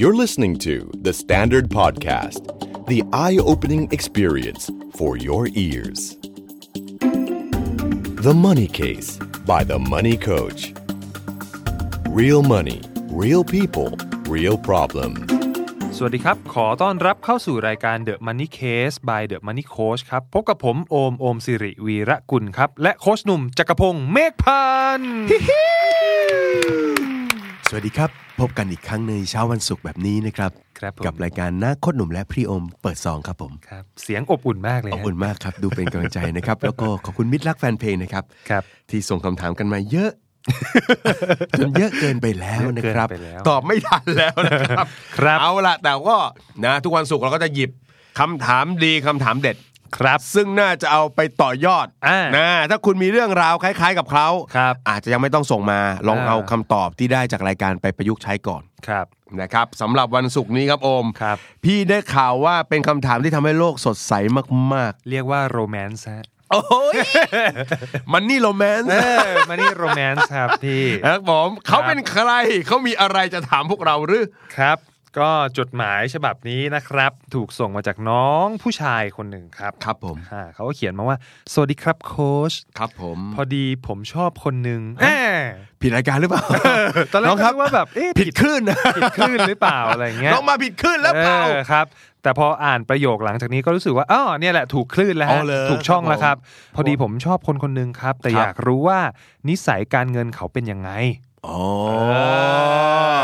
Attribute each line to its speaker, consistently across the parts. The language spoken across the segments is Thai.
Speaker 1: You're listening to The Standard Podcast, the eye opening experience for your ears. The Money Case by The Money Coach. Real money, real people, real problem.
Speaker 2: สวัสดีครับ ขอต้อนรับเข้าสู่รายการ The Money Case by The Money Coach ครับ พบกับผมโอม โอมสิริวีระกุลครับ และโค้ชหนุ่มจักรพงศ์เมฆพันธ์
Speaker 3: สวัสดีครับ พบกันอีกครั้งในเช้าวันศุกร์แบบนี้นะครับ
Speaker 2: ครับผม
Speaker 3: กับรายการหน้าโคตรหนุ่มและพี่โอมเปิดซองครับผม
Speaker 2: ครับ เสียงอบอุ่นมากเลย
Speaker 3: ขอบ
Speaker 2: ฮะ
Speaker 3: คุณมากครับ ดูเป็นกำลังใจนะครับ แล้วก็ขอบคุณมิตรรักแฟนเพลงนะครับ
Speaker 2: ครับ
Speaker 3: ที่ส่งคำถามกันมาเยอะ จนเยอะเกินไปแล้วนะครับ
Speaker 2: เยอะเกินไปแล้ว
Speaker 3: ตอบไม่ทันแล้วนะครับ
Speaker 2: ครับ
Speaker 3: เอาละแต่ก็นะทุกวันศุกร์เราก็จะหยิบคำถามดีคำถามเด็ด
Speaker 2: ครับ
Speaker 3: ซึ่งน่าจะเอาไปต่อยอด
Speaker 2: อ่า
Speaker 3: นะถ้าคุณมีเรื่องราวคล้าย ๆ กับเขา
Speaker 2: ครับ
Speaker 3: อาจจะยังไม่ต้องส่งมาลอง
Speaker 2: อ่า
Speaker 3: เอาคำตอบที่ได้จากรายการไปประยุกต์ใช้ก่อน
Speaker 2: ครับ
Speaker 3: นะครับสำหรับวันศุกร์นี้ครับโอม
Speaker 2: ครับ
Speaker 3: พี่ได้ข่าวว่าเป็นคำถามที่ทำให้โลกสดใสมาก
Speaker 2: เรียกว่าโรแมนซ์ฮะ
Speaker 3: ๆ โอ้ย มันนี่โรแมนต์
Speaker 2: เออมานี่โรแมนซ์ครับพี่
Speaker 3: ครับผมเขาเป็นใครเขามีอะไรจะถามพวกเราหรือ
Speaker 2: ครับ ก็จดหมายฉบับนี้นะครับ ถูกส่งมาจากน้องผู้ชายคนหนึ่งครับ
Speaker 3: ครับผม
Speaker 2: อ่าเขาก็เขียนมาว่า สวัสดีครับโค้ช
Speaker 3: ครับผม
Speaker 2: พอดีผมชอบคนหนึ่งแหม
Speaker 3: ผิดรายการหรือเปล่า
Speaker 2: ตอนแรกก็
Speaker 3: งครั
Speaker 2: นึกว่าแบบเอ๊ะ
Speaker 3: ผิดคลื่นนะ
Speaker 2: ผิดคลื่นหรือเปล่าอะไรเงี้ย
Speaker 3: น้องมาผิด คลื่นแล้วเปล่า
Speaker 2: ออครับ แต่พออ่านประโยคหลังจากนี้ก็รู้สึกว่าอ๋อเนี่ยแหละถูกคลื่นแล้ว
Speaker 3: อ๋
Speaker 2: ฮะ
Speaker 3: อเลย
Speaker 2: ถูกช่องแล้วครับ
Speaker 3: ผม
Speaker 2: พอดีผมชอบคนคนหนึ่งครับ แต่
Speaker 3: ครับ
Speaker 2: อยากรู้ว่านิสัยการเงินเขาเป็นยังไง
Speaker 3: อ๋อ
Speaker 2: เอ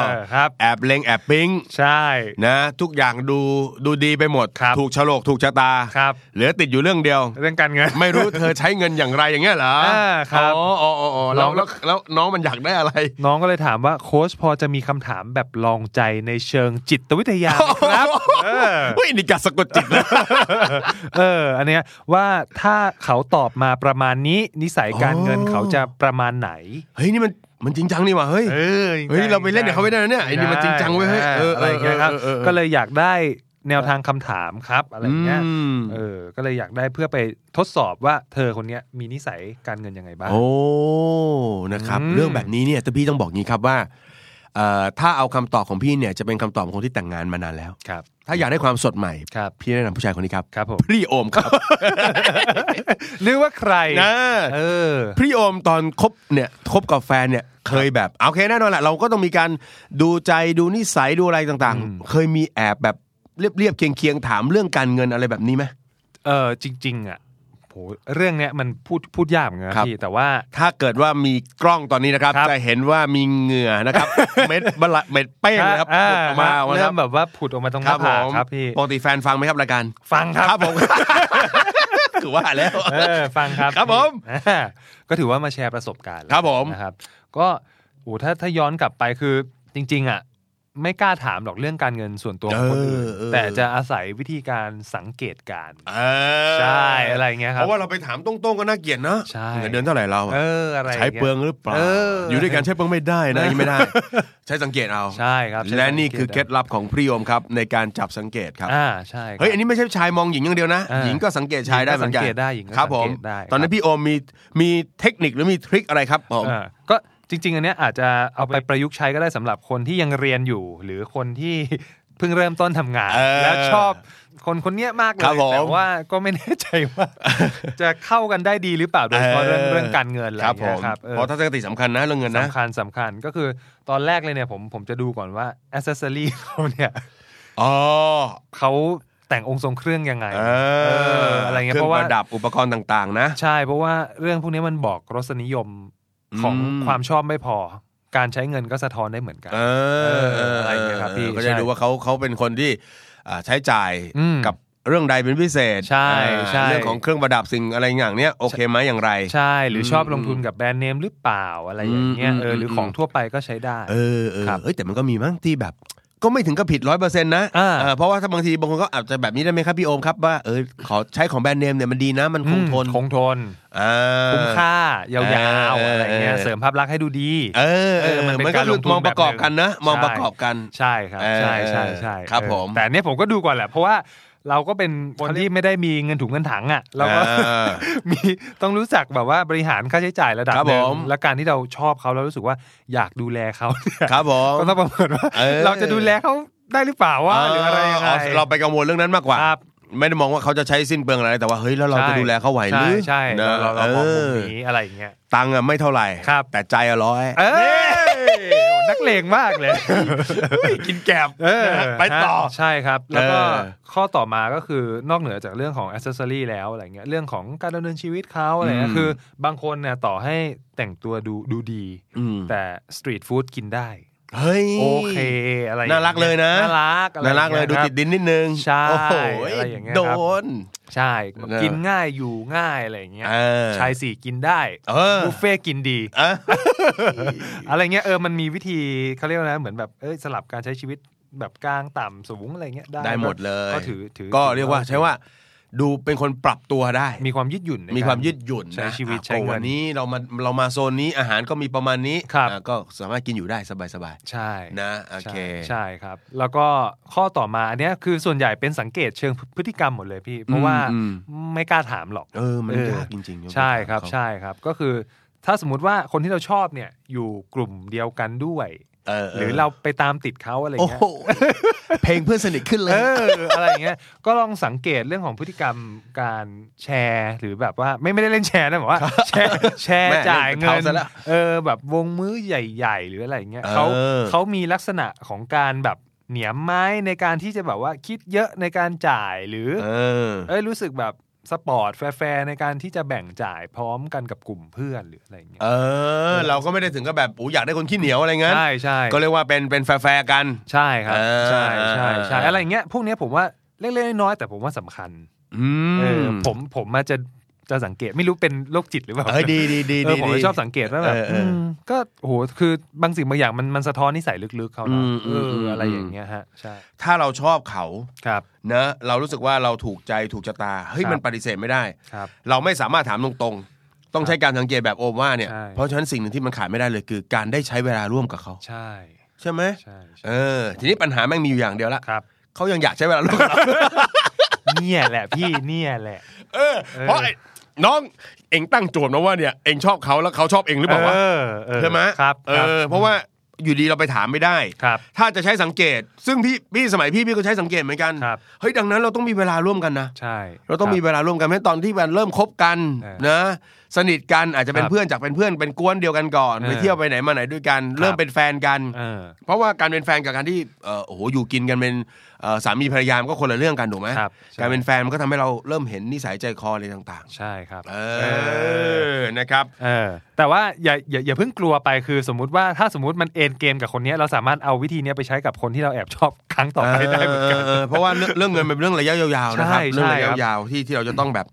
Speaker 2: อครับ
Speaker 3: แอบเลงแอบปิ๊ง
Speaker 2: ใช่
Speaker 3: นะทุกอย่างดูดูดีไปหมด
Speaker 2: ครับ
Speaker 3: ถูกโฉลกถูกชะตา
Speaker 2: ครับ
Speaker 3: เหลือติดอยู่เรื่องเดียว
Speaker 2: เรื่องการเงิน
Speaker 3: ไม่ รู้เธอใช้เงินอย่างไรอย่างเงี้ยเหรอ
Speaker 2: อ่าครับ
Speaker 3: อ๋ออ๋ออ๋ออ๋อแล้
Speaker 2: น้
Speaker 3: ว
Speaker 2: อง
Speaker 3: แล้วแล้วน้องมันอยากได้อะไร
Speaker 2: น้องก็เลยถามว่าโค้ชพอจะมีคำถามแบบลองใจในเชิงจิตวิท ยาไหมครับเออ
Speaker 3: เฮ้ยนี่กาสะกดจิตนะ
Speaker 2: เออ อันเนี้ยว่าถ้าเขาตอบมาประมาณนี้ นิสัยการเงิน
Speaker 3: อ๋อ
Speaker 2: เขาจะประมาณไหน
Speaker 3: เฮ้ยนี่มันมันจริงจังนี่หว่าเฮ้ย
Speaker 2: เออ
Speaker 3: เฮ้ยเราไปเล่นเดี๋ยวเขาไม่ได้นะเนี่ยไอ้นี่มันจริงจังเว้ยเฮ้ยเออ
Speaker 2: อะไรอย่างเงี้ยครับ
Speaker 3: เออเออเออ
Speaker 2: ก็เลยอยากได้แนวทางคำถามครับอะไรอย่างเงี้ย
Speaker 3: อืม
Speaker 2: เออ ก็เลยอยากได้เพื่อไปทดสอบว่าเธอคนเนี้ยมีนิสัยการเงินยังไงบ้าง
Speaker 3: โอ้นะครับ
Speaker 2: อืม
Speaker 3: เรื่องแบบนี้เนี่ยแต่พี่ต้องบอกงี้ครับว่าเอ่อถ้าเอาคำตอบของพี่เนี่ยจะเป็นคำตอบของคนที่แต่งงานมานานแล้ว
Speaker 2: ครับ
Speaker 3: ถ้าอยากได้ความสดใหม่
Speaker 2: ครับ
Speaker 3: พี่แนะนำผู้ชายคนนี้ครับ
Speaker 2: ครับผม
Speaker 3: พรีโอมครับ
Speaker 2: หรือว่าใคร
Speaker 3: นะ
Speaker 2: เออ
Speaker 3: พรีโอมตอนคบเนี่ยคบกับแฟนเนี่ยเคยแบบโอเคแน่นอนแหละเราก็ต้องมีการดูใจดูนิสัยดูอะไรต่าง
Speaker 2: อืม
Speaker 3: ๆ เคยมีแอบแบบเรียบๆเคียงๆถามเรื่องการเงินอะไรแบบนี้ไหม
Speaker 2: เออจริง ๆ อ่ะโหเรื่องเนี้ยมันพูดพูดยากเหมือนกัน
Speaker 3: ครับ
Speaker 2: พี่แต่ว่า
Speaker 3: ถ้าเกิดว่ามีกล้องตอนนี้นะครับ
Speaker 2: ครับ
Speaker 3: จะเห็นว่ามีเหงื่อนะครับ เม็ดบละเม็ดเป้งนะครับ
Speaker 2: อ่า
Speaker 3: หลุดออกมานะค
Speaker 2: เริ่
Speaker 3: รับ
Speaker 2: มแบบว่าผุดออกมาตรงหน้าผาก
Speaker 3: ผม
Speaker 2: ครับพี่
Speaker 3: ปกติแฟนฟังไหมครับรายการ
Speaker 2: ฟังครับ
Speaker 3: ครับผม ถือว่าแล้ว
Speaker 2: เออฟังครับ
Speaker 3: ครับผม
Speaker 2: อ่าก็ถือว่ามาแชร์ประสบการณ์
Speaker 3: ครับผม
Speaker 2: นะครับ ก็โอ้ถ้าถ้าย้อนกลับไปคือจริง ๆ อ่ะ ไม่กล้าถามหรอกเรื่องการเงินส่วนตัวของคนอื่น
Speaker 3: เเ
Speaker 2: แต่จะอาศัยวิธีการสังเกตการณ์
Speaker 3: เออ
Speaker 2: ใช่อะไรเงี้ยค
Speaker 3: เพ
Speaker 2: รับ
Speaker 3: ราะว่าเราไปถามตรงๆก็น่าเกลียดเนอะ
Speaker 2: ใช่
Speaker 3: เงินเดือนเท่าไหร่เราอะ
Speaker 2: เอออะไร
Speaker 3: ใช้
Speaker 2: งี้ย
Speaker 3: เปลืองหรือเปล่า
Speaker 2: เอออ
Speaker 3: ยู่ด้วยกันใช้เปลืองไม่ได้นะยังไม่ ได้ ใช้สังเกตเอา
Speaker 2: ใช่ครับใช้
Speaker 3: และ
Speaker 2: สังกต
Speaker 3: นี่คือเคล็ดลับของพรีโยมครับ ในการจับสังเกตครับ
Speaker 2: อ่าใช่ครับ
Speaker 3: เฮ้ยอันนี้ไม่ใช่ชายมองหญิงอย่างเดียวนะ
Speaker 2: อ่า
Speaker 3: หญิงก็สังเกตชายได้เหมือนกัน
Speaker 2: หญิงก็สังเกตได้หญิงก็
Speaker 3: ครับผม
Speaker 2: สังเกตได้ครับ
Speaker 3: ตอนนั้นพี่โอมมีมีเทคนิคหรือมีทริคอะไรครับผม
Speaker 2: อ่าก็จริง ๆ อันเนี้ยอาจจะเอาไปประยุกต์ใช้ก็ได้สำหรับคนที่ยังเรียนอยู่ หรือคนที่ เพิ่งเริ่มต้นทำงาน
Speaker 3: เออ
Speaker 2: แล้วชอบคนคนเนี้ยมากเล
Speaker 3: ครั
Speaker 2: ย
Speaker 3: บผม
Speaker 2: แต่ว่าก็ไม่แน่ใจว่า จะเข้ากันได้ดีหรือเปล่าโดยเฉพาะเรื่อง
Speaker 3: เออ
Speaker 2: เรื่องการเงินอะไร
Speaker 3: ครับผ
Speaker 2: เงี้
Speaker 3: ม
Speaker 2: ยครับเออ
Speaker 3: เพราะทัศนคติสำคัญนะเรื่องเงินนะ
Speaker 2: สำคัญสำคัญก็คือตอนแรกเลยเนี่ยผมผมจะดูก่อนว่าอ c เซอรี่ เขาเนี่ย
Speaker 3: อ๋อ
Speaker 2: เขาแต่งองค์ทรงเครื่องยังไง
Speaker 3: เอ
Speaker 2: เอ
Speaker 3: อ
Speaker 2: ออะไรเงี้ยเพราะว่า
Speaker 3: คองประดับอุปกรณ์ต่างๆ นะ
Speaker 2: ใช่เพราะว่าเรื่องพวกนี้มันบอกรสนิยมของ
Speaker 3: อืม
Speaker 2: ความชอบไม่พอ การใช้เงินก็สะท้อนได้เหมือนกัน
Speaker 3: เออ
Speaker 2: เอออะไรเงี้ยครับพี่
Speaker 3: ก็จะ
Speaker 2: ใช่
Speaker 3: ดูว่าเขาเขาเป็นคนที่อ่าใช้จ่าย
Speaker 2: อืม
Speaker 3: กับเรื่องใดเป็นพิเศษ
Speaker 2: ใช่
Speaker 3: อ่า
Speaker 2: ใช่
Speaker 3: เรื่องของเครื่องประดับสิ่งอะไรอย่างเนี้ยโอเคไหมอย่างไร
Speaker 2: ใช่หรืออ
Speaker 3: ม
Speaker 2: ชอบลงทุนกับแบรนด์เนมหรือเปล่าอะไรอย่างเงี้ย
Speaker 3: อืม
Speaker 2: เอออ
Speaker 3: ม
Speaker 2: หรือของทั่วไปก็ใช้ได้
Speaker 3: เออเออ
Speaker 2: ครับ
Speaker 3: เอ้ยแต่มันก็มีมั้งที่แบบ ก็ไม่ถึงกับผิดร้อยเปอร์เซ็นต์นะ
Speaker 2: อ่า
Speaker 3: เออเพราะว่าถ้าบางทีบางคนก็อาจจะแบบนี้ได้ไหมครับพี่โอมครับว่าเออขอใช้ของแบรนด์เนมเนี่ยมันดีนะมันคงทน
Speaker 2: คงทน
Speaker 3: อ่า
Speaker 2: คุ้มค่ายาว
Speaker 3: เอ
Speaker 2: ๆ
Speaker 3: ออ
Speaker 2: อะไรเงี้ยเสริมภาพลักษณ์ให้ดูดี
Speaker 3: เออเออ
Speaker 2: เออมันเป็น
Speaker 3: มันก็
Speaker 2: การ
Speaker 3: คื
Speaker 2: ล
Speaker 3: อง
Speaker 2: ทุน
Speaker 3: มองประกอบกันนะ
Speaker 2: แบบหนึ่ง
Speaker 3: มองประกอบกัน
Speaker 2: ใช่ครับ
Speaker 3: เออ
Speaker 2: ใช่ใช่ใช่
Speaker 3: ครับ
Speaker 2: เออ
Speaker 3: ผม
Speaker 2: แต่อันเนี้ยผมก็ดูก่อนแหละเพราะว่าเราก็เป็นคนที่ไม่ได้มีเงินถุงเงินถังอ่ะเราก็
Speaker 3: ออ
Speaker 2: มีต้องรู้จักแบบว่าบริหารค่าใช้จ่ายระดับ
Speaker 3: ครับ
Speaker 2: หนึ่ง
Speaker 3: ผม
Speaker 2: และการที่เราชอบเขาแล้วรู้สึกว่าอยากดูแลเขาเนี่ย
Speaker 3: ครับผม
Speaker 2: ก็ต้องประเมินว่า
Speaker 3: เออ
Speaker 2: เราจะดูแลเขา ได้หรือเปล่าวะหรืออะไรยังไง
Speaker 3: เราไปกังวลเรื่องนั้นมากกว่า
Speaker 2: ครับ
Speaker 3: ไม่ได้มองว่าเขาจะใช้สิ้นเปลืองอะไร แต่ว่าเฮ้ยแล้วเราจะดูแลเขาไหวหรือ
Speaker 2: ใช่ใช่เราเรามองมุมนี้
Speaker 3: เอ
Speaker 2: อะไรอย่างเงี้ย
Speaker 3: อตังค์อะไม่เท่าไหร่
Speaker 2: ครับ
Speaker 3: แต่ใจอะร้อย
Speaker 2: เอ้ยโหนักเลงมากเลย
Speaker 3: กินแกบ
Speaker 2: เออ
Speaker 3: ไปต่อ
Speaker 2: ฮะใช่ครับ แล้วก็
Speaker 3: เออ
Speaker 2: ข้อต่อมาก็คือนอกเหนือจากเรื่องของอ c เซสซอรีแล้วอะไรเงี้ยเรื่องของการดำเนินชีวิตเขาอะไรเงี้
Speaker 3: อื
Speaker 2: ย
Speaker 3: ม
Speaker 2: คือบางคนเนี่ยต่อให้แต่งตัวดูดูดี
Speaker 3: อืม
Speaker 2: แต่สตรีทฟู้ดกินได้
Speaker 3: เฮ้ย
Speaker 2: โอเคอะไรองงี้
Speaker 3: น่ารักเลยนะ
Speaker 2: น่ารักอะไร
Speaker 3: น่ารักเลย
Speaker 2: อาง
Speaker 3: ดู
Speaker 2: งี้คบ
Speaker 3: ติดดินนิดนึง
Speaker 2: ใช่
Speaker 3: โอ้โห
Speaker 2: อะไรอย่างเงี้ย
Speaker 3: โด
Speaker 2: ครับ
Speaker 3: น
Speaker 2: ใช่
Speaker 3: เออ
Speaker 2: กินง่ายอยู่ง่ายอะไรอย่างเงี้ย
Speaker 3: เออ
Speaker 2: ชายสี่กินได้
Speaker 3: เออ
Speaker 2: บุฟเฟ่ต์กินดี
Speaker 3: เออ
Speaker 2: อะไรเงี้ยเออมันมีวิธีเขาเรียกว่าอะไรเหมือนแบบเอ้ยสลับการใช้ชีวิตแบบกลางต่ำสูงอะไรเงี้ยได้
Speaker 3: ได้หมดเลย
Speaker 2: ก็ถือถือ
Speaker 3: ก็เรียกว่าใช้ว่า ดูเป็นคนปรับตัวได้
Speaker 2: มีความยืดหยุ่นใน
Speaker 3: มีความ
Speaker 2: กร
Speaker 3: ยืดหยุ่น
Speaker 2: ใช้
Speaker 3: นะ
Speaker 2: ชีวิต
Speaker 3: อ่ะ
Speaker 2: ใช้เงิน
Speaker 3: ก็วันนี้เรามาเรามาโซนนี้อาหารก็มีประมาณนี้
Speaker 2: ครับ
Speaker 3: อ่ะก็สามารถกินอยู่ได้สบาย
Speaker 2: ใช่
Speaker 3: ๆนะโอเค
Speaker 2: ใช่ใช่ครับ แล้วก็ข้อต่อมาอันเนี้ยคือส่วนใหญ่เป็นสังเกตเชิงพฤติกรรมหมดเลยพี่ เพราะว่า
Speaker 3: อืม
Speaker 2: ไม่กล้าถามหรอก
Speaker 3: เออมัน
Speaker 2: เออ
Speaker 3: ยากจริงๆ
Speaker 2: ใช่ครับ
Speaker 3: เนอะ
Speaker 2: ใช่ครับก็คือ ถ้าสมมติว่าคนที่เราชอบเนี่ยอยู่กลุ่มเดียวกันด้วย
Speaker 3: เออ
Speaker 2: หรือเราไปตามติดเขาอะไร
Speaker 3: โอ้
Speaker 2: เงี้ย
Speaker 3: โหเพลงเพื่อนสนิทขึ้นเล
Speaker 2: เอย ออะไรอย่างเงี้ยก็ลองสังเกตเรื่องของพฤติกรรมการแชร์หรือแบบว่าไม่ไม่ได้เล่นแชร์นะแบบว่า แชร์แชร์
Speaker 3: แม่
Speaker 2: จ่ายเงิ
Speaker 3: เล่นเป็นเท้าน ซะแล้ว
Speaker 2: เออแบบวงมื้อใหญ่ ๆ หรืออะไรอย่างเงี้ย
Speaker 3: เออ
Speaker 2: เขาเขามีลักษณะของการแบบเหนียมไหมในการที่จะแบบว่าคิดเยอะในการจ่ายหรือเอ้ยรู้สึกแบบสปอร์ตแฟร์ๆในการที่จะแบ่งจ่ายพร้อมกันกับกลุ่มเพื่อนหรืออะไรอย่างเงี้ย
Speaker 3: เออ เราก็ไม่ได้ถึงกับแบบโอ้อยากได้คนขี้เหนียวอะไรงั้น
Speaker 2: ใช่ใช่
Speaker 3: ก็เรียกว่าเป็นเป็นแฟร์ๆกัน
Speaker 2: ใช่ครับ
Speaker 3: เออ
Speaker 2: ใช่ใช่ใช่
Speaker 3: เอออ
Speaker 2: อะไรอย่างเงี้ยพวกเนี้ยผมว่าเล็กๆน้อยๆแต่ผมว่าสำคัญ
Speaker 3: อื
Speaker 2: เออผมผมอาจจะจะสังเกตไม่รู้เป็นโรคจิตหรือเปล่า
Speaker 3: เอ้ยดีดีดี
Speaker 2: เอ
Speaker 3: ดี
Speaker 2: อผมก็ชอบสังเกตว่าแบบ
Speaker 3: ออเออ
Speaker 2: มก็โหคือบางสิ่งบางอย่างมันมันสะท้อนนิสัยลึกๆเขาเนอะ
Speaker 3: อืมอื
Speaker 2: เอ
Speaker 3: มอืม
Speaker 2: ออะไรอย่างเงี้ยฮะใช่
Speaker 3: ถ้าเราชอบเขา
Speaker 2: ครับ
Speaker 3: นะ เรารู้สึกว่าเราถูกใจถูกชะตาเฮ้ยมันปฏิเสธไม่ได้
Speaker 2: ครับ
Speaker 3: เราไม่สามารถถามตรงๆ ต้องใช้การสังเกตแบบโอมว่าเนี่ย
Speaker 2: ใช่
Speaker 3: เพราะฉะนั้นสิ่งหนึ่งที่มันขาดไม่ได้เลยคือ การได้ใช้เวลาร่วมกับเขา
Speaker 2: ใช่
Speaker 3: ใช่ไหม
Speaker 2: ใช่ใช่
Speaker 3: เออ ทีนี้ปัญหาแม่งมีอยู่อย่างเดียวละ
Speaker 2: ครับ
Speaker 3: เขายังอยากใช้เวลาร่วมกับเรา
Speaker 2: เนี่ยแหละพี่เนี่ยแหละ
Speaker 3: เออ เพราะไอ้น้องเองตั้งโจทย์มาว่าเนี่ยเองชอบเขาแล้วเขาชอบเองหรือเปล่าวะ
Speaker 2: เออเออ
Speaker 3: ใช่ไหม
Speaker 2: ครับ
Speaker 3: เออเพราะว่าอยู่ดีเราไปถามไม่ได้
Speaker 2: ครับ
Speaker 3: ถ้าจะใช้สังเกต ซึ่งพี่พี่สมัยพี่พี่ก็ใช้สังเกตเหมือนกัน
Speaker 2: ครับ
Speaker 3: เฮ้ยดังนั้นเราต้องมีเวลาร่วมกันนะ
Speaker 2: ใช่
Speaker 3: เราต้องมี
Speaker 2: คบ
Speaker 3: เวลาร่วมกันเพราะตอนที่มันเริ่มคบกัน
Speaker 2: เออ
Speaker 3: นะสนิทกันอาจจะเป็น
Speaker 2: ครับ
Speaker 3: เพื่อนจากเป็นเพื่อนเป็นกวนเดียวกันก่อน
Speaker 2: เออ
Speaker 3: ไปเที่ยวไปไหนมาไหนด้วยกัน เริ่
Speaker 2: ค
Speaker 3: ม
Speaker 2: รับ
Speaker 3: เป็นแฟนกัน
Speaker 2: เออ
Speaker 3: เพราะว่าการเป็นแฟนกับการที่เอ่อโอ้โหอยู่กินกันเป็นเอ่อสามีภรรยามนก็คนละเรื่องกันถูกไหม
Speaker 2: ครับใช่
Speaker 3: การเป็นแฟนมันก็ทำให้เราเริ่มเห็นนิสัยใจคออะไรต่าง
Speaker 2: ใช่ครับ
Speaker 3: ๆ เอ
Speaker 2: เออ
Speaker 3: อนะครับ
Speaker 2: เออแต่ว่าอย่าอย่าอย่าเพิ่งกลัวไปคือสมมุติว่าถ้าสมมติมันเอนเกมกับคนเนี้ยเราสามารถเอาวิธีเนี้ยไปใช้กับคนที่เราแอบชอบครั้งต่อไปได้เหมือนกัน
Speaker 3: เออเออเออเพราะว่าเรื่องเรื่องเงินมันเป็นเรื่องระยะยาวๆนะครับ
Speaker 2: ใช่
Speaker 3: เรื่องระ
Speaker 2: ใช่
Speaker 3: ยะ
Speaker 2: ครับ
Speaker 3: ยาวๆที่ที่เราจะต้องแบบ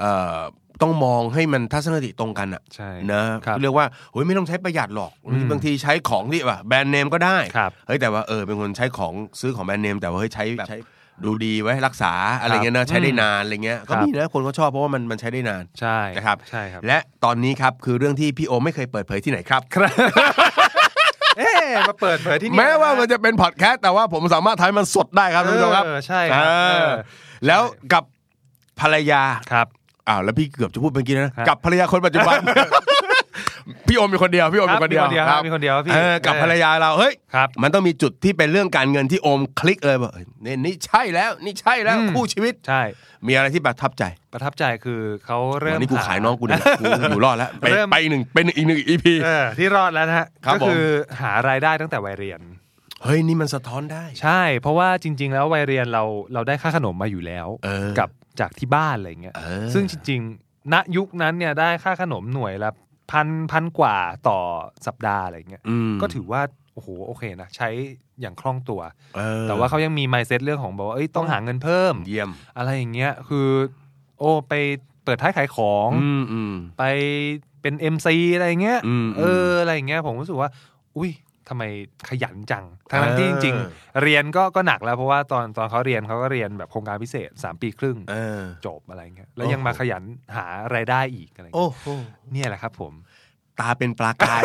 Speaker 3: เอ่อต้องมองให้มันทัศนคติตรงกันอะ
Speaker 2: ใช่
Speaker 3: นะครับ เรียกว่าโอ้ยไม่ต้องใช้ประหยัดหรอก
Speaker 2: อืม
Speaker 3: บางทีใช้ของที่แบบแบรนด์เนมก็ได้
Speaker 2: ครับ
Speaker 3: เฮ้ยแต่ว่าเออเป็นคนใช้ของซื้อของแบรนด์เนมแต่ว่าเฮ้ยใช้แบบดูดีไว้รักษาอะไรเงี้ยนะใช้ได้นานอะไรเงี้ย
Speaker 2: ครั
Speaker 3: ก็
Speaker 2: บ
Speaker 3: มีนะคนก็ชอบเพราะว่ามันมันใช้ได้นาน
Speaker 2: ใช่
Speaker 3: นะครับ
Speaker 2: ใช่ครับ
Speaker 3: และตอนนี้ครับคือเรื่องที่พี่โอไม่เคยเปิดเผยที่ไหนครับ
Speaker 2: เอ๊ะมาเปิดเผยที่นี่
Speaker 3: แม้ว่ามันจะเป็นพอดแคสต์แต่ว่าผมสามารถทำให้มันสดได้ครับทุกผู้ชมครับ
Speaker 2: เออใช่ครับ
Speaker 3: เอ
Speaker 2: เอ
Speaker 3: อ
Speaker 2: อ
Speaker 3: แล้วกับภรรยา
Speaker 2: ครับ
Speaker 3: อ้าวแล้วพี่เกือบจะพูดเมื่อกี้แล้วนะครับ กับภรรยาคนปัจ จุบัน พี่โอมมีคนเดียวพี่โอม
Speaker 2: ครั
Speaker 3: มี
Speaker 2: บ
Speaker 3: คนเดียว
Speaker 2: มีคนเดียว
Speaker 3: รับ
Speaker 2: มีคนเดียวครับพี่
Speaker 3: ออกับ
Speaker 2: เออ
Speaker 3: ภรรยาเราเฮ้ย
Speaker 2: ครับ
Speaker 3: มันต้องมีจุดที่เป็นเรื่องการเงินที่โอมคลิกเลยบอกเอ้ยนี่นี่ใช่แล้ว นี่ใช่แล้ว
Speaker 2: อืม
Speaker 3: คู่ชีวิต
Speaker 2: ใช่
Speaker 3: มีอะไรที่ประทับใจ
Speaker 2: ประทับใจคือเขาเริ่
Speaker 3: วั
Speaker 2: ม
Speaker 3: นนี้กูขายน้องกู เนี่ยกูอยู่รอดแล้วไป
Speaker 2: เริ่ม
Speaker 3: ไปหนึ่งเป็นอีกหนึ่งอีพี
Speaker 2: เออที่รอดแล้วนะฮะ
Speaker 3: ครับ
Speaker 2: ก็
Speaker 3: ผม
Speaker 2: คือหารายได้ตั้งแต่วัยเรียน
Speaker 3: เฮ้ยนี่มันสะท้อนได้
Speaker 2: ใช่เพราะว่าจริง ๆ แล้ววัยเรียนเราเราได้ค่าขนมมาอยู่แล้ว
Speaker 3: เออ
Speaker 2: กับจากที่บ้านอะไรเงี้ย
Speaker 3: เออ
Speaker 2: ซึ่งจริงๆณยุคนั้นเนี่ยได้ค่าขนมหน่วยละพันพันกว่าต่อสัปดาห์อะไรเงี้ย
Speaker 3: อืม
Speaker 2: ก็ถือว่าโอ้โหโอเคนะ ใช้อย่างคล่องตัว
Speaker 3: เออ
Speaker 2: แต่ว่าเขายังมี mindset เรื่องของบอกว่าเอ้ยต้องหาเงินเพิ่ม
Speaker 3: เยี่ยม
Speaker 2: อะไรอย่างเงี้ยคือ โอ้ไปเปิดท้ายขายของ
Speaker 3: อืมอืม
Speaker 2: ไปเป็น MC อะไรเงี้ย
Speaker 3: อืม
Speaker 2: เอออะไรอย่างเงี้ยผมรู้สึกว่า อุ้ยทำไมขยันจัง ทั้งๆที่
Speaker 3: เอ
Speaker 2: จ
Speaker 3: อ
Speaker 2: ริง ๆ เรียนก็ก็หนักแล้วเพราะว่าตอนตอนเขาเรียนเขาก็เรียนแบบโครงการพิเศษ 3 ปีครึ่ง
Speaker 3: เออ
Speaker 2: จบอะไรเงี้ยแล้ว
Speaker 3: โอ้โห
Speaker 2: ยังมาขยันหารายได้อีกอะไรเงี้ย
Speaker 3: โอ้โห
Speaker 2: เนี่ยแหละครับผม
Speaker 3: ตาเป็นปลากาย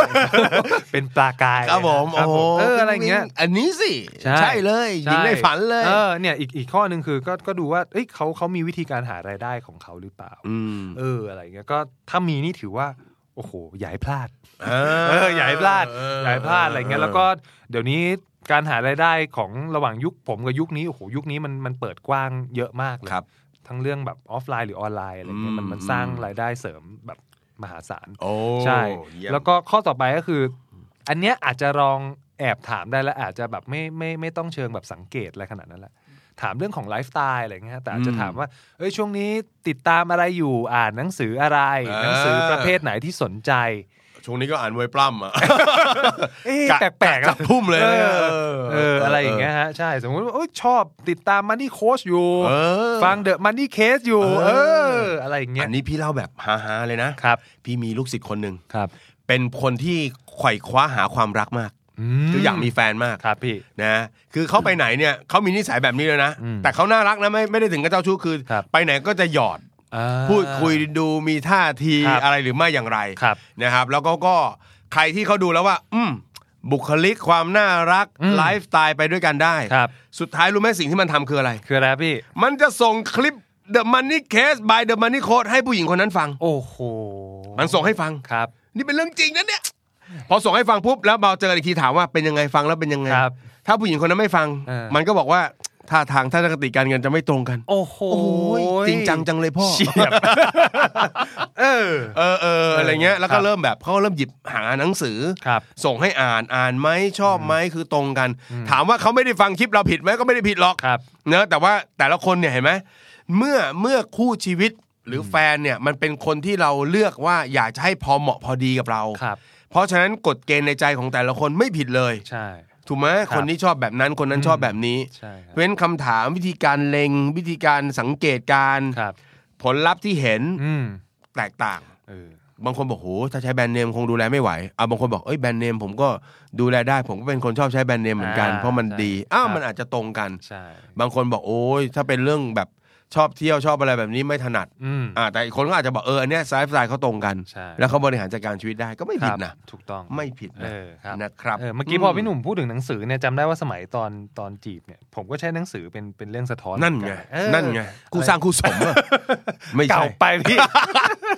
Speaker 2: เป็นปลากาย
Speaker 3: ครับผม
Speaker 2: ครั
Speaker 3: โอ้โห
Speaker 2: เอออะไรเงี้ย
Speaker 3: อันนี้สิ
Speaker 2: ใช่
Speaker 3: เลยหญิงในฝันเลย
Speaker 2: เออเนี่ยอีกอีกข้อหนึ่งคือก็ก็ดูว่าเอ้ยเขาเขามีวิธีการหารายได้ของเขาหรือเปล่า
Speaker 3: อืม
Speaker 2: เอออะไรเงี้ยก็ถ้ามีนี่ถือว่า โอ้โหอย่าให้พลาด
Speaker 3: เอ
Speaker 2: เอออย่าให้พลาดอย่าให้พลาดอะไรเงี้ยแล้วก็เดี๋ยวนี้การหารายได้ของระหว่างยุคผมกับยุคนี้โอ้โหยุคนี้มันมันเปิดกว้างเยอะมากเลย
Speaker 3: ครับ
Speaker 2: ทั้งเรื่องแบบออฟไลน์หรือออนไลน์อะไรเงี้ยมัน
Speaker 3: อืม
Speaker 2: มันสร้างรายได้เสริมแบบมหาศาล
Speaker 3: โอ้
Speaker 2: ใช่
Speaker 3: เยี่ยม
Speaker 2: แล้วก็ข้อต่อไปก็คือ อันเนี้ยอาจจะลองแอบถามได้และอาจจะแบบไม่ไม่ไม่ต้องเชิงแบบสังเกตอะไรขนาดนั้นละถามเรื่องของไลฟ์สไตล์อะไรเงี้ยแต่อาจจะถามว่าเอ้ยช่วงนี้ติดตามอะไรอยู่อ่านหนังสืออะไรหนังสือประเภทไหนที่สนใจ
Speaker 3: ช่วงนี้ก็อ่านมวยปล้ำอ่ะ
Speaker 2: เอ๊ะ
Speaker 3: กะ
Speaker 2: แปลกๆ
Speaker 3: กะจับทุ่มเลย
Speaker 2: เอ
Speaker 3: นะ
Speaker 2: อ
Speaker 3: เออ
Speaker 2: เอออะไรอย่างเงี้ยฮะ ใช่ สมมติว่าเอ้ยชอบติดตามมันนี่โค้ชอยู่
Speaker 3: เออ
Speaker 2: ฟังเดอะมันนี่เคสอยู่
Speaker 3: เอ
Speaker 2: เอ
Speaker 3: อ
Speaker 2: อ อะไรอย่างเงี้ย
Speaker 3: อันนี้พี่เล่าแบบฮาๆเลยนะ
Speaker 2: ครับ
Speaker 3: พี่มีลูกศิษย์คนหนึ่ง
Speaker 2: ครับ
Speaker 3: เป็นคนที่ไขว่คว้าหาความรักมาก
Speaker 2: ม
Speaker 3: คืออยากมีแฟนมาก
Speaker 2: ครับพี่
Speaker 3: นะ คือเขาไปไหนเนี่ยเขามีนิสัยแบบนี้เลยนะ
Speaker 2: อืม
Speaker 3: แต่เขาน่ารักนะไม่ไม่ได้ถึงกับเจ้าชู้คือ
Speaker 2: ครับ
Speaker 3: ไปไหนก็จะหยอด
Speaker 2: อ่า
Speaker 3: พูดคุยดูมีท่าที
Speaker 2: ครับ
Speaker 3: อะไรหรือไม่อย่างไร
Speaker 2: ครับ
Speaker 3: นะครับ แล้วก็ก็ใครที่เขาดูแล้วว่า อืมบุคลิกความน่ารัก
Speaker 2: อืม
Speaker 3: ไลฟ์สไตล์ไปด้วยกันได้
Speaker 2: ครับ
Speaker 3: สุดท้ายรู้ไหมสิ่งที่มันทำคืออะไร
Speaker 2: คืออะไรครับพี่
Speaker 3: มันจะส่งคลิป The Money Case by The Money Code ให้ผู้หญิงคนนั้นฟัง
Speaker 2: โอ้โห
Speaker 3: มันส่งให้ฟัง
Speaker 2: ครับ
Speaker 3: นี่เป็นเรื่องจริงนะเนี่ย พอส่งให้ฟังปุ๊บแล้วเบาเจออีกทีถามว่าเป็นยังไงฟังแล้วเป็นยังไง
Speaker 2: ครับ
Speaker 3: ถ้าผู้หญิงคนนั้นไม่ฟัง
Speaker 2: เออ
Speaker 3: มันก็บอกว่าท่าทางท่าทางคติการเงินจะไม่ตรงกัน
Speaker 2: โอ้โห
Speaker 3: โอ้โหจริงจังจังเลยพ่อ
Speaker 2: เฉียบ เออ
Speaker 3: เออเอออะไรเงี้ยแล้ว
Speaker 2: ค
Speaker 3: ก็
Speaker 2: รับ
Speaker 3: เริ่มแบบเขาก็เริ่มหยิบหาหนังสือ
Speaker 2: ครับ
Speaker 3: ส่งให้อ่านอ่านไหมชอบไหมคือตรงกัน ถามว่าเขาไม่ได้ฟังคลิปเราผิดไหมก็ไม่ได้ผิดหรอก
Speaker 2: ครับ
Speaker 3: เนอะแต่ว่าแต่ละคนเนี่ยเห็นไหมเมื่อเมื่อคู่ชีวิตหรือแฟนเนี่ยมันเป็นคนที่เราเลือกว่าอยากจะให้พอเหมาะพอดีกับเรา
Speaker 2: ครับ
Speaker 3: เพราะฉะนั้นกฎเกณฑ์ในใจของแต่ละคนไม่ผิดเลย
Speaker 2: ใช่
Speaker 3: ถูกไหมคนนี้ชอบแบบนั้นคนนั้นชอบแบบนี้
Speaker 2: ใช่ครับ
Speaker 3: เว้นคำถามวิธีการเล็ง วิธีการสังเกตการณ์
Speaker 2: ครับ
Speaker 3: ผลลัพธ์ที่เห็น
Speaker 2: อืม
Speaker 3: แตกต่าง
Speaker 2: เออ
Speaker 3: บางคนบอกโหถ้าใช้แบรนด์เนมคงดูแลไม่ไหวเอาบางคนบอกเอ้ยแบรนด์เนมผมก็ดูแลได้ ผมก็เป็นคนชอบใช้แบรนด์เนมเหมือนกัน
Speaker 2: อ่า
Speaker 3: เพราะมัน
Speaker 2: ใช่
Speaker 3: ดีอ้าว
Speaker 2: ครับ
Speaker 3: มันอาจจะตรงกัน
Speaker 2: ใช่
Speaker 3: บางคนบอกโอ้ยถ้าเป็นเรื่องแบบชอบเที่ยวชอบอะไรแบบนี้ไม่ถนัด
Speaker 2: อืม
Speaker 3: อ่าแต่อีกคนก็อาจจะบอกเอออันเนี้ยไลฟ์สไตล์เขาตรงกัน
Speaker 2: ใช่
Speaker 3: แล้วเขาบริหารจัดการชีวิตได้ก็ไม่ผิดนะครับ
Speaker 2: ถูกต้อง
Speaker 3: ไม่ผิดนะ
Speaker 2: เออครับ
Speaker 3: นะครับ
Speaker 2: เออเมื่อกี้พอพี่หนุ่มพูดถึงหนังสือเนี่ยจำได้ว่าสมัยตอนตอนจีบเนี่ยผมก็ใช้หนังสือเป็นเป็นเรื่องสะท้อน
Speaker 3: นั่นไง
Speaker 2: เออ
Speaker 3: นั่นไงกูสร้างกูสมอะไม่
Speaker 2: เก่า
Speaker 3: ใช่
Speaker 2: ไปพี่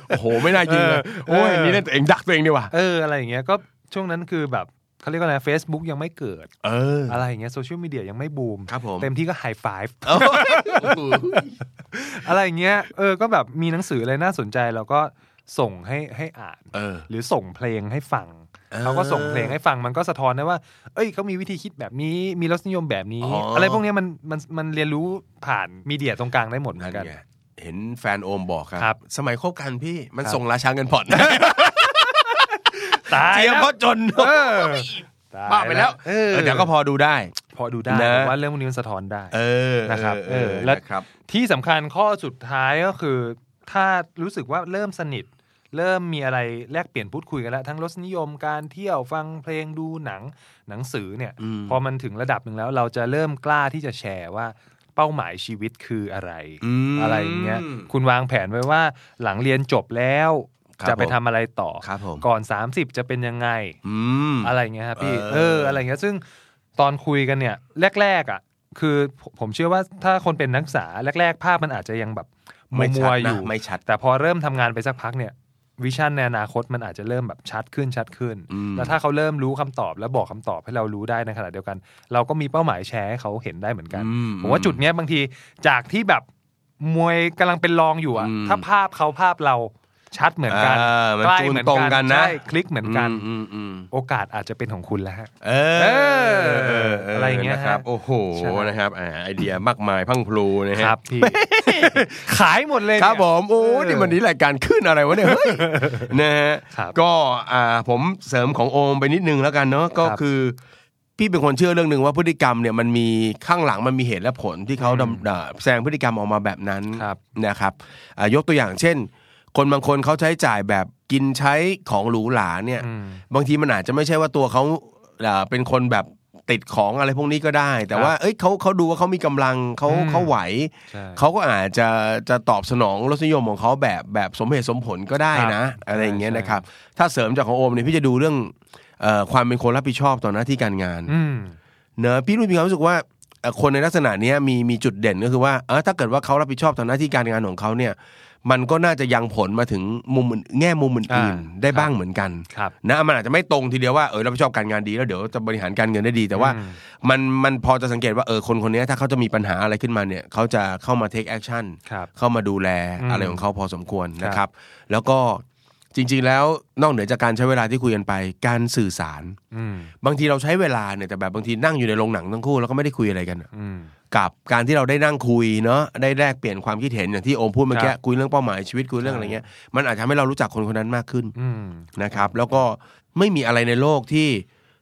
Speaker 3: โอ้โหไม่น่าจริงเลย
Speaker 2: เออ
Speaker 3: โอ้ย
Speaker 2: เออ
Speaker 3: นี่เล่นตัวเองดักตัวเองดีว่ะ
Speaker 2: เอออะไรอย่างเงี้ยก็ช่วงนั้นคือแบบเขาเรียกว่าอะไร Facebook ยังไม่เกิด
Speaker 3: เออ
Speaker 2: อะไรอย่างเงี้ยโซเชียลมีเดียยังไม่บูม
Speaker 3: ครับผม
Speaker 2: เต็มที่ก็ไฮไฟฟ์
Speaker 3: โอ้ยโอ้โห
Speaker 2: อะไรอย่างเงี้ยเออก็แบบมีหนังสืออะไรน่าสนใจเราก็ส่งให้ให้อ่าน
Speaker 3: เออ
Speaker 2: หรือส่งเพลงให้ฟัง
Speaker 3: เออ
Speaker 2: เขาก็ส่งเพลงให้ฟังมันก็สะท้อนได้ว่า เอ้ยเขามีวิธีคิดแบบนี้มีรสนิยมแบบนี้
Speaker 3: อ๋ออ
Speaker 2: อะไรพวกเนี้ยมันมันมันเรียนรู้ผ่านมีเดียตรงกลางได้หมดเหมื
Speaker 3: นั่
Speaker 2: อน นกัน
Speaker 3: ไงเห็นแฟนโอมบอก
Speaker 2: ค
Speaker 3: ค
Speaker 2: รั
Speaker 3: รับ
Speaker 2: บ
Speaker 3: สมัยคบกันพี่มัน
Speaker 2: ครับ
Speaker 3: ส่งราชาเงินผ่อน
Speaker 2: ตาย
Speaker 3: เจีย
Speaker 2: แล้
Speaker 3: ม
Speaker 2: ว
Speaker 3: เพราะจน
Speaker 2: เออ
Speaker 3: บ้าไปแล้ว
Speaker 2: เอ
Speaker 3: เอ
Speaker 2: อ
Speaker 3: อเดี๋ยวก็พอดูได้
Speaker 2: พอดูได้
Speaker 3: นะ
Speaker 2: ผมว่าเรื่องพวกนี้มันสะท้อนได้
Speaker 3: เออ
Speaker 2: นะครับ
Speaker 3: เออ
Speaker 2: เออแล้
Speaker 3: แล้ว ครับ
Speaker 2: ที่สำคัญข้อสุดท้ายก็คือ ถ้ารู้สึกว่าเริ่มสนิท เริ่มมีอะไรแลกเปลี่ยนพูดคุยกันแล้ว ทั้งรสนิยมการเที่ยวฟังเพลงดูหนังหนังสือเนี่ย
Speaker 3: อืม
Speaker 2: พอมันถึงระดับหนึ่งแล้ว เราจะเริ่มกล้าที่จะแชร์ว่าเป้าหมายชีวิตคืออะไร
Speaker 3: ม
Speaker 2: อะไรอย่างเงี้ยคุณวางแผนไว้ว่าหลังเรียนจบแล้ว
Speaker 3: ครับ
Speaker 2: จะไป
Speaker 3: ผม
Speaker 2: ทำอะไรต่อ
Speaker 3: ครับผม
Speaker 2: ก่อน 30 จะเป็นยังไง
Speaker 3: อืม
Speaker 2: อะไรอย่างเงี้ยครับพี่
Speaker 3: เออ
Speaker 2: เอออะไรอย่างเงี้ยซึ่งตอนคุยกันเนี่ย แรกๆอ่ะ คือผมผมเชื่อว่าถ้าคนเป็นนักศึกษาแรก ๆ ภาพมันอาจจะยังแบบมั
Speaker 3: ไม่ชั
Speaker 2: ว
Speaker 3: ด
Speaker 2: ๆอ
Speaker 3: นะ
Speaker 2: ยู่
Speaker 3: ไม่ชัด
Speaker 2: แต่พอเริ่มทำงานไปสักพักเนี่ย วิชั่นในอนาคตมันอาจจะเริ่มแบบชัดขึ้นชัดขึ้น
Speaker 3: อืม
Speaker 2: แล้วถ้าเขาเริ่มรู้คำตอบและบอกคำตอบให้เรารู้ได้ในขณะเดียวกัน เราก็มีเป้าหมายแชร์ให้เขาเห็นได้เหมือนกัน
Speaker 3: อื
Speaker 2: ผมว่าจุดเนี้ยบางทีจากที่แบบมวยกำลังเป็นรองอยู่อะ
Speaker 3: อืม
Speaker 2: ถ้าภาพเขาภาพเราชัดเหมือนกัน
Speaker 3: อ่ามัน
Speaker 2: ใกล้
Speaker 3: จูน
Speaker 2: เหมือน
Speaker 3: ตรงกั
Speaker 2: กัน น
Speaker 3: นะ
Speaker 2: ใช่คลิกเหมือนกัน
Speaker 3: อืมอืม
Speaker 2: โอกาสอาจจะเป็นของคุณแล้วฮะ
Speaker 3: เออ
Speaker 2: เอออะไรอย่างเงี้ย
Speaker 3: นครับ
Speaker 2: ฮะ
Speaker 3: โอ้โห
Speaker 2: ใช่
Speaker 3: นะครับอ่าไอเดียมากมายพรั่งพลูนะฮะ
Speaker 2: ครับพี่ ขายหมดเลยเนี่ย
Speaker 3: ครับผมโอ้ย
Speaker 2: เออ
Speaker 3: นี่วันนี้รายการขึ้นอะไรวะเนี่ยเฮ้ยนะฮะ
Speaker 2: ครับ
Speaker 3: ก็อ่าผมเสริมของโอมไปนิดนึงแล้วกันเนาะก็
Speaker 2: ครับ
Speaker 3: คือ พี่เป็นคนเชื่อเรื่องหนึ่งว่าพฤติกรรมเนี่ยมันมีข้างหลังมันมีเหตุและผลที่เขาดำเอ่อแสดงพฤติกรรมออกมาแบบนั้น
Speaker 2: ครับ
Speaker 3: นะครับอ่ายกตัวอย่างเช่น คนบางคนเขาใช้จ่ายแบบกินใช้ของหรูหราเนี่ย
Speaker 2: อืม
Speaker 3: บางทีมันอาจจะไม่ใช่ว่าตัวเขาเอ่อเป็นคนแบบติดของอะไรพวกนี้ก็ได้ แต่ว่าเอ้ยเขาเขาดูว่าเขามีกำลังเขา
Speaker 2: อืม
Speaker 3: เขาไหว
Speaker 2: ใช่
Speaker 3: เขาก็อาจจะจะตอบสนองรสนิยมของเขาแบบแบบสมเหตุสมผลก็ได้นะ อะไรอย่างเงี้ย
Speaker 2: ใช่
Speaker 3: นะครับ ถ้าเสริมจากของโอมเนี่ยพี่จะดูเรื่องเอ่อความเป็นคนรับผิดชอบต่อหน้าที่การงาน
Speaker 2: อืม
Speaker 3: เนอะพี่รู้มีความรู้สึกว่าเอ่อคนในลักษณะเนี้ยมีมีจุดเด่นก็คือว่าเออถ้าเกิดว่าเขารับผิดชอบต่อหน้าที่การงานของเขาเนี่ย มันก็น่าจะยังผลมาถึงมุมอื่นแง่มุมอื่น
Speaker 2: อ่า
Speaker 3: ๆได้บ้างเหมือนกัน
Speaker 2: ครับ
Speaker 3: นะมันอาจจะไม่ตรงทีเดียวว่าเออรับผิดชอบการงานดีแล้วเดี๋ยวจะบริหารการเงินได้ดี แต่ว่า
Speaker 2: อืม
Speaker 3: มันมันพอจะสังเกตว่าเออคนคนนี้ถ้าเขาจะมีปัญหาอะไรขึ้นมาเนี่ยเขาจะเข้ามา take action
Speaker 2: ครับ
Speaker 3: เข้ามาดูแล
Speaker 2: อืม
Speaker 3: อะไรของเขาพอสมควรนะค
Speaker 2: ครั
Speaker 3: รับ
Speaker 2: บ
Speaker 3: แล้วก็จริง ๆ แล้วนอกเหนือจากการใช้เวลาที่คุยกันไป การสื่อสาร
Speaker 2: อืม
Speaker 3: บางทีเราใช้เวลาเนี่ยแต่แบบบางทีนั่งอยู่ในโรงหนังทั้งคู่แล้วก็ไม่ได้คุยอะไรกันอะ
Speaker 2: อืม
Speaker 3: กับการที่เราได้นั่งคุยเนาะได้แลกเปลี่ยนความคิดเห็นอย่างที่โอมพูดเมื่อ
Speaker 2: ค
Speaker 3: กี้
Speaker 2: รับ
Speaker 3: คุยเรื่องเป้าหมายชีวิตคุยเรื่องอะไรเงี้ยมันอาจจะทำให้เรารู้จักคนคนนั้นมากขึ้น
Speaker 2: อืม
Speaker 3: นะครับแล้วก็ไม่มีอะไรในโลกที่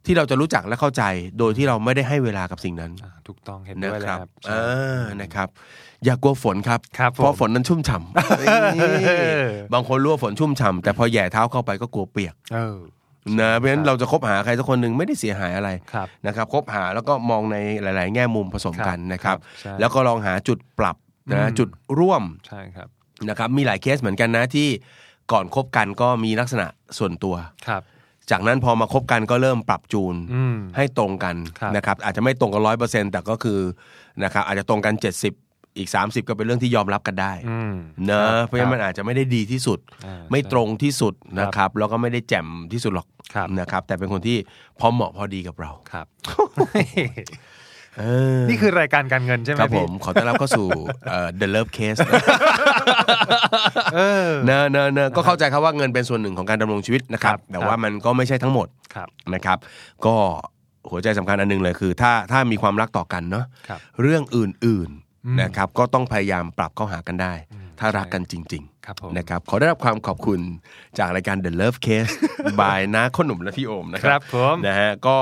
Speaker 3: ที่เราจะรู้จักและเข้าใจ โดยที่เราไม่ได้ให้เวลากับสิ่งนั้น
Speaker 2: อ่าถูกต้องเห็น
Speaker 3: นะ
Speaker 2: ด้วยเลยค
Speaker 3: ครั
Speaker 2: รั
Speaker 3: บบ
Speaker 2: ใช่
Speaker 3: อ่านะครับ อย่ากลัวฝนครับ
Speaker 2: ครับผม
Speaker 3: เพราะฝนนั้นชุ่มฉ่ำนี่บางคนรู้ว่าฝนชุ่มฉ่ำแต่พอแหย่เท้าเข้าไปก็กลัวเปียก
Speaker 2: เออ
Speaker 3: นะเพราะฉะนั้
Speaker 2: ครั
Speaker 3: น
Speaker 2: บ
Speaker 3: เราจะคบหาใครสักคนหนึ่งไม่ได้เสียหายอะไร
Speaker 2: ครับ
Speaker 3: นะครับคบหาแล้วก็มองในหลาย ๆ แง่มุมผสมกันนะครับ
Speaker 2: ใช่
Speaker 3: แล้วก็ลองหาจุดปรับ
Speaker 2: อื
Speaker 3: นะ
Speaker 2: ม
Speaker 3: จุดร่วม
Speaker 2: ใช่ครับ
Speaker 3: นะครับมีหลายเคสเหมือนกันนะที่ก่อนคบกันก็มีลักษณะส่วนตัว
Speaker 2: ครับ
Speaker 3: จากนั้นพอมาคบกันก็เริ่มปรับจูน
Speaker 2: อืม
Speaker 3: ให้ตรงกัน
Speaker 2: ครับ
Speaker 3: นะครับอาจจะไม่ตรงกันร้อยเปอร์เซ็นต์แต่ก็คือนะครับอาจจะตรงกัน 70 อีก 30 ก็เป็นเรื่องที่ยอมรับกันได้
Speaker 2: อืม
Speaker 3: เนอะ
Speaker 2: คบ
Speaker 3: เพราะฉะนั้นมันอาจจะไม่ได้ดีที่สุด
Speaker 2: อ่า
Speaker 3: ไม่
Speaker 2: ใช่
Speaker 3: ตรงที่สุดนะครับแล้วก็ไม่ได้แจ่มที่สุดหรอก
Speaker 2: ครับ
Speaker 3: นะครับแต่เป็นคนที่พอเหมาะพอดีกับเรา
Speaker 2: ครับ
Speaker 3: เออ
Speaker 2: นี่คือรายการการเงินใช่ไหม
Speaker 3: ครับผ
Speaker 2: พี่
Speaker 3: มขอต้อนรับเข้า สู่เอ่อ The Love Case
Speaker 2: เออ
Speaker 3: เนอะเนอะเนอะก็เข้าใจครับว่าเงินเป็นส่วนหนึ่งของการดำรงชีวิตนะครับ
Speaker 2: ครับ
Speaker 3: แต่ว่ามันก็ไม่ใช่ทั้งหมด
Speaker 2: ครับ
Speaker 3: นะครับก็หัวใจสำคัญอันหนึงเลยคือ ถ้าถ้ามีความรักต่อกันเนาะ
Speaker 2: ครับ
Speaker 3: เรื่องอื่น
Speaker 2: อืม
Speaker 3: ๆนะครับก็ต้องพยายามปรับเข้าหากันได้
Speaker 2: อืม
Speaker 3: ถ้ารัก
Speaker 2: ใช่
Speaker 3: กันจริง
Speaker 2: ครับผม
Speaker 3: ๆนะครับขอได้รับความขอบคุณจากรายการ The Love Case by น้าขนหนุ่มและพี่โอมนะ
Speaker 2: ค
Speaker 3: ค
Speaker 2: รั
Speaker 3: รั
Speaker 2: บบ ผม
Speaker 3: นะฮะก็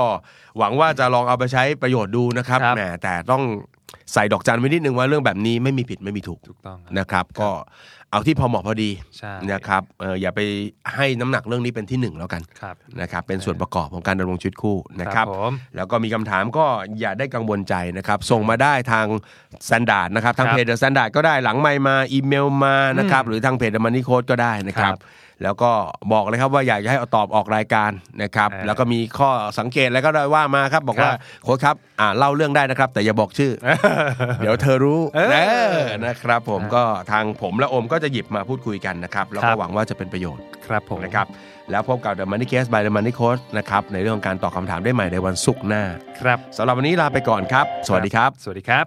Speaker 3: หวังว่าจะลองเอาไปใช้ประโยชน์ดูนะครับ
Speaker 2: ครับ
Speaker 3: แหมแต่ต้องใส่ดอกจันไว้นิดนึงว่าเรื่องแบบนี้ไม่มีผิดไม่มีถูก
Speaker 2: ถูกต้องครับ
Speaker 3: นะครับก็เอาที่พอเหมาะพอดี
Speaker 2: ใช่
Speaker 3: นะครับเอออย่าไปให้น้ำหนักเรื่องนี้เป็นที่หนึ่งแล้วกัน
Speaker 2: ครับ
Speaker 3: นะครับเป็นส่วนประกอบของการดำรงชีวิตคู่นะค
Speaker 2: ค
Speaker 3: รั
Speaker 2: รับ บผม
Speaker 3: แล้วก็มีคำถามก็อย่าได้กังวลใจนะครับ ส่งมาได้ทางสแตนดาร์ดนะครับ ทาง
Speaker 2: ครับ
Speaker 3: เพจสแตนดาร์ดก็ได้หลังไมค์มาอีเมลมานะครับ
Speaker 2: อืม
Speaker 3: หรือทางเพจมันนี่โค้ดก็ได้นะครับ
Speaker 2: ครับ
Speaker 3: แล้วก็บอกเลยครับว่าอยากจะให้เอาตอบออกรายการนะครับ
Speaker 2: เออ
Speaker 3: แล้วก็มีข้อสังเกตแล้วก็ได้ว่ามาครับ บอก
Speaker 2: ค
Speaker 3: ว่า
Speaker 2: รับ
Speaker 3: โค้ดครับอ่าเล่าเรื่องได้นะครับ แต่อย่าบอกชื่อ เดี๋ยวเธอรู้
Speaker 2: เออ
Speaker 3: เออนะครับ ผมก็ทางผมและโอมก็จะหยิบมาพูดคุยกันนะครับแล้ว
Speaker 2: ครั
Speaker 3: ก็
Speaker 2: บ
Speaker 3: หวังว่าจะเป็นประโยชน์
Speaker 2: ครับผม
Speaker 3: นะครับแล้วพบกับ The Money Case by The Money Coach นะครับในเรื่องของการตอบคำถามได้ใหม่ในวันศุกร์หน้า
Speaker 2: ครับ
Speaker 3: สำหรับวันนี้ลาไปก่อนครับ สวัสดีครับ
Speaker 2: สวัสดีครับ